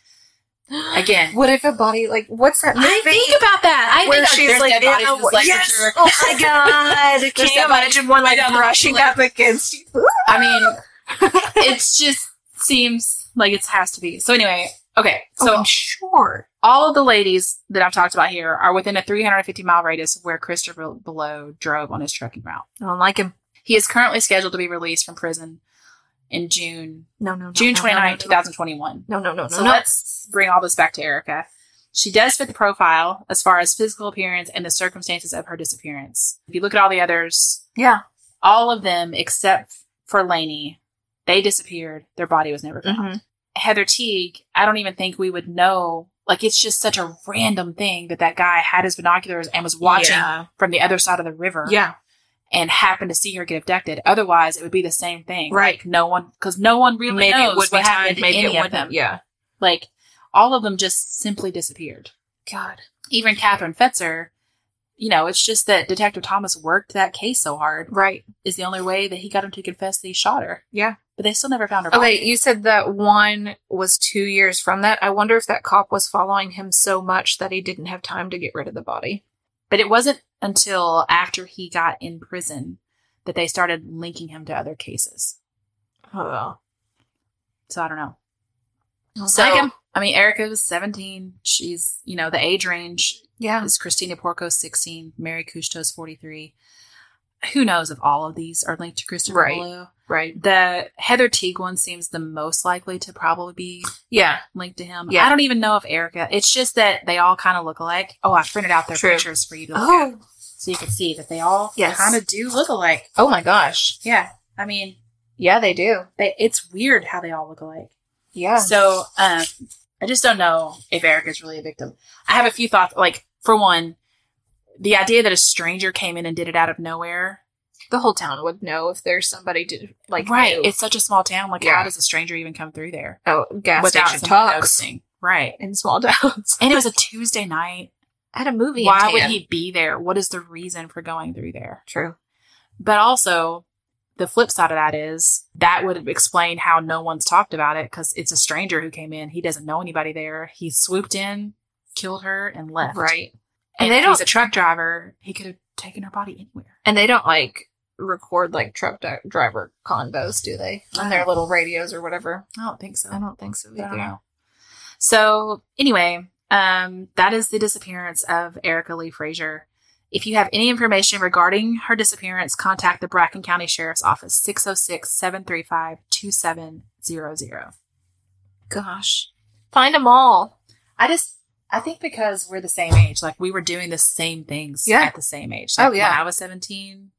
S3: again,
S1: What if a body like what's that movie?
S3: I think about that. I
S1: where
S3: think
S1: she's
S3: there's
S1: like,
S3: dead bodies
S1: in a
S3: in this
S1: wa-
S3: lake
S1: yes!
S3: for sure.
S1: oh my god!
S3: There's
S1: Can you
S3: somebody
S1: imagine one like "Oh,
S3: right on the
S1: brushing
S3: lake.
S1: up against you?
S3: I mean, it's just seems like it has to be. So anyway, okay, so
S1: So I'm sure.
S3: all of the ladies that I've talked about here are within a 350 mile radius of where Christopher Below drove on his trucking route.
S1: I don't Oh, like him.
S3: He is currently scheduled to be released from prison in June,
S1: No, no, no.
S3: June
S1: no,
S3: 29,
S1: no, no,
S3: 2021.
S1: No, no, no, no.
S3: So
S1: no.
S3: let's bring all this back to Erica. She does fit the profile as far as physical appearance and the circumstances of her disappearance. If you look at all the others,
S1: yeah. Mm-hmm.
S3: all of them except for Lainey, they disappeared. Their body was never found. Heather Teague, I don't even think we would know. Like, it's just such a random thing that that guy had his binoculars and was watching
S1: Yeah.
S3: from the other side of the river
S1: yeah.
S3: and happened to see her get abducted. Otherwise, it would be the same thing.
S1: Right.
S3: Like, no one, because no one really
S1: maybe
S3: knows
S1: it would be
S3: what happened
S1: timed.
S3: to
S1: Maybe
S3: any
S1: it
S3: of
S1: wouldn't.
S3: them.
S1: Yeah.
S3: Like, all of them just simply disappeared.
S1: God.
S3: Even Catherine Fetzer, you know, it's just that Detective Thomas worked that case so hard
S1: Right.
S3: is the only way that he got him to confess that he shot her.
S1: Yeah.
S3: But they still never found her body.
S1: Okay, you said that one was two years from that. I wonder if that cop was following him so much that he didn't have time to get rid of the body.
S3: But it wasn't until after he got in prison that they started linking him to other cases.
S1: Oh.
S3: So I don't know.
S1: So,
S3: So, I mean, Erica was 17. She's, you know, the age range
S1: yeah.
S3: is Christina Porco's 16, Mary Kushto's 43. Who knows if all of these are linked to Christopher
S1: Right.
S3: Bolo?
S1: Right.
S3: The Heather Teague one seems the most likely to probably be
S1: Yeah.
S3: linked to him.
S1: Yeah.
S3: I don't even know if Erica. It's just that they all kind of look alike. Oh, I printed out their
S1: True.
S3: pictures for you to look at.
S1: Oh.
S3: so you can see that they all
S1: Yes.
S3: kind of do look alike.
S1: Oh my gosh.
S3: Yeah, I mean,
S1: Yeah, they do.
S3: they, it's weird how they all look alike.
S1: Yeah.
S3: So um, I just don't know if Erica's really a victim. I have a few thoughts. Like for one, the idea that a stranger came in and did it out of nowhere.
S1: the whole town would know if there's somebody to like
S3: right,
S1: knew.
S3: it's such a small town. Like,
S1: Yeah.
S3: how does a stranger even come through there
S1: oh gas station
S3: someone
S1: talks
S3: noticing? Right,
S1: in small towns
S3: and it was a Tuesday night.
S1: at a movie. in
S3: Why would
S1: town.
S3: he be there? What is the reason for going through there?
S1: True.
S3: But also, the flip side of that is that would explain how no one's talked about it because it's a stranger who came in. He doesn't know anybody there. He swooped in, killed her, and left.
S1: Right.
S3: And,
S1: And they
S3: if he's
S1: don't-
S3: a truck driver. He could have taken her body anywhere.
S1: And they don't like record like truck di- driver convos, do they? On their little radios or whatever.
S3: I don't think so.
S1: Ah. I don't think so
S3: I don't
S1: either.
S3: know. So anyway, um, that is the disappearance of Erica Lee Frazier. If you have any information regarding her disappearance, contact the Bracken County Sheriff's Office 606 735 2700.
S1: Gosh. Find them all.
S3: I just I think because we're the same age, like we were doing the same things
S1: Yeah.
S3: at the same age.
S1: Oh,
S3: Like,
S1: yeah.
S3: When I was seventeen,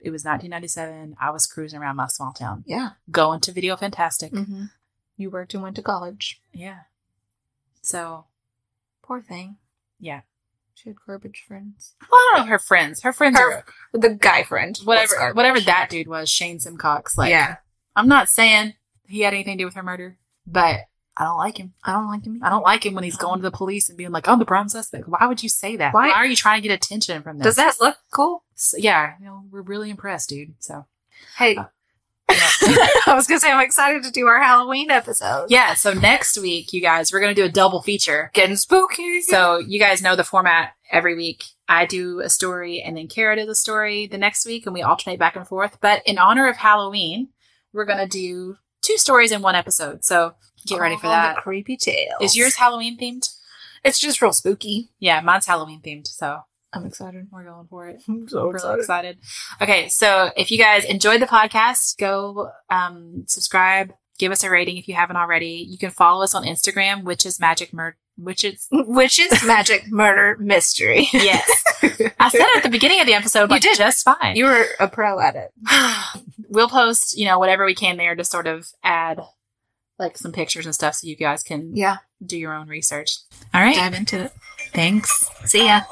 S3: it was nineteen ninety seven. I was cruising around my small town,
S1: Yeah.
S3: going to Video Fantastic.
S1: Mm-hmm. You worked and went to college.
S3: Yeah. So
S1: Poor thing.
S3: Yeah.
S1: She had garbage friends.
S3: well, I don't know if her friends. Her friends
S1: Her-
S3: are
S1: The guy friend.
S3: whatever
S1: was garbage.
S3: whatever that dude was, Shane Simcox. Like
S1: yeah.
S3: I'm not saying he had anything to do with her murder, but I don't like him.
S1: I don't like him.
S3: I don't like him when he's going to the police and being like, "I'm the prime suspect." Why would you say that?
S1: Why-
S3: Why, are you trying to get attention from this?
S1: Does that look cool?
S3: So, yeah, you know, we're really impressed, dude. So
S1: Hey. I was gonna say I'm excited to do our Halloween episode.
S3: yeah, so next week, you guys, we're gonna do a double feature.
S1: Getting spooky.
S3: So you guys know the format every week. I do a story and then Kara does a story the next week and we alternate back and forth. But in honor of Halloween, we're gonna do two stories in one episode. So get ready for
S1: All the
S3: that.
S1: creepy tale.
S3: Is yours Halloween themed?
S1: It's just real spooky.
S3: Yeah, mine's Halloween themed, so
S1: I'm excited.
S3: we're going for it.
S1: I'm so
S3: really excited. Okay, so if you guys enjoyed the podcast, go um, subscribe, give us a rating if you haven't already. You can follow us on Instagram, which is Magic Murder. Which is
S1: Which is magic murder mystery.
S3: yes, I said it at the beginning of the episode.
S1: You
S3: Like,
S1: did.
S3: just fine.
S1: You were a pro at it.
S3: we'll post, you know, whatever we can there to sort of add like some pictures and stuff, so you guys can
S1: Yeah.
S3: do your own research. All right,
S1: Dive into it.
S3: thanks.
S1: See ya.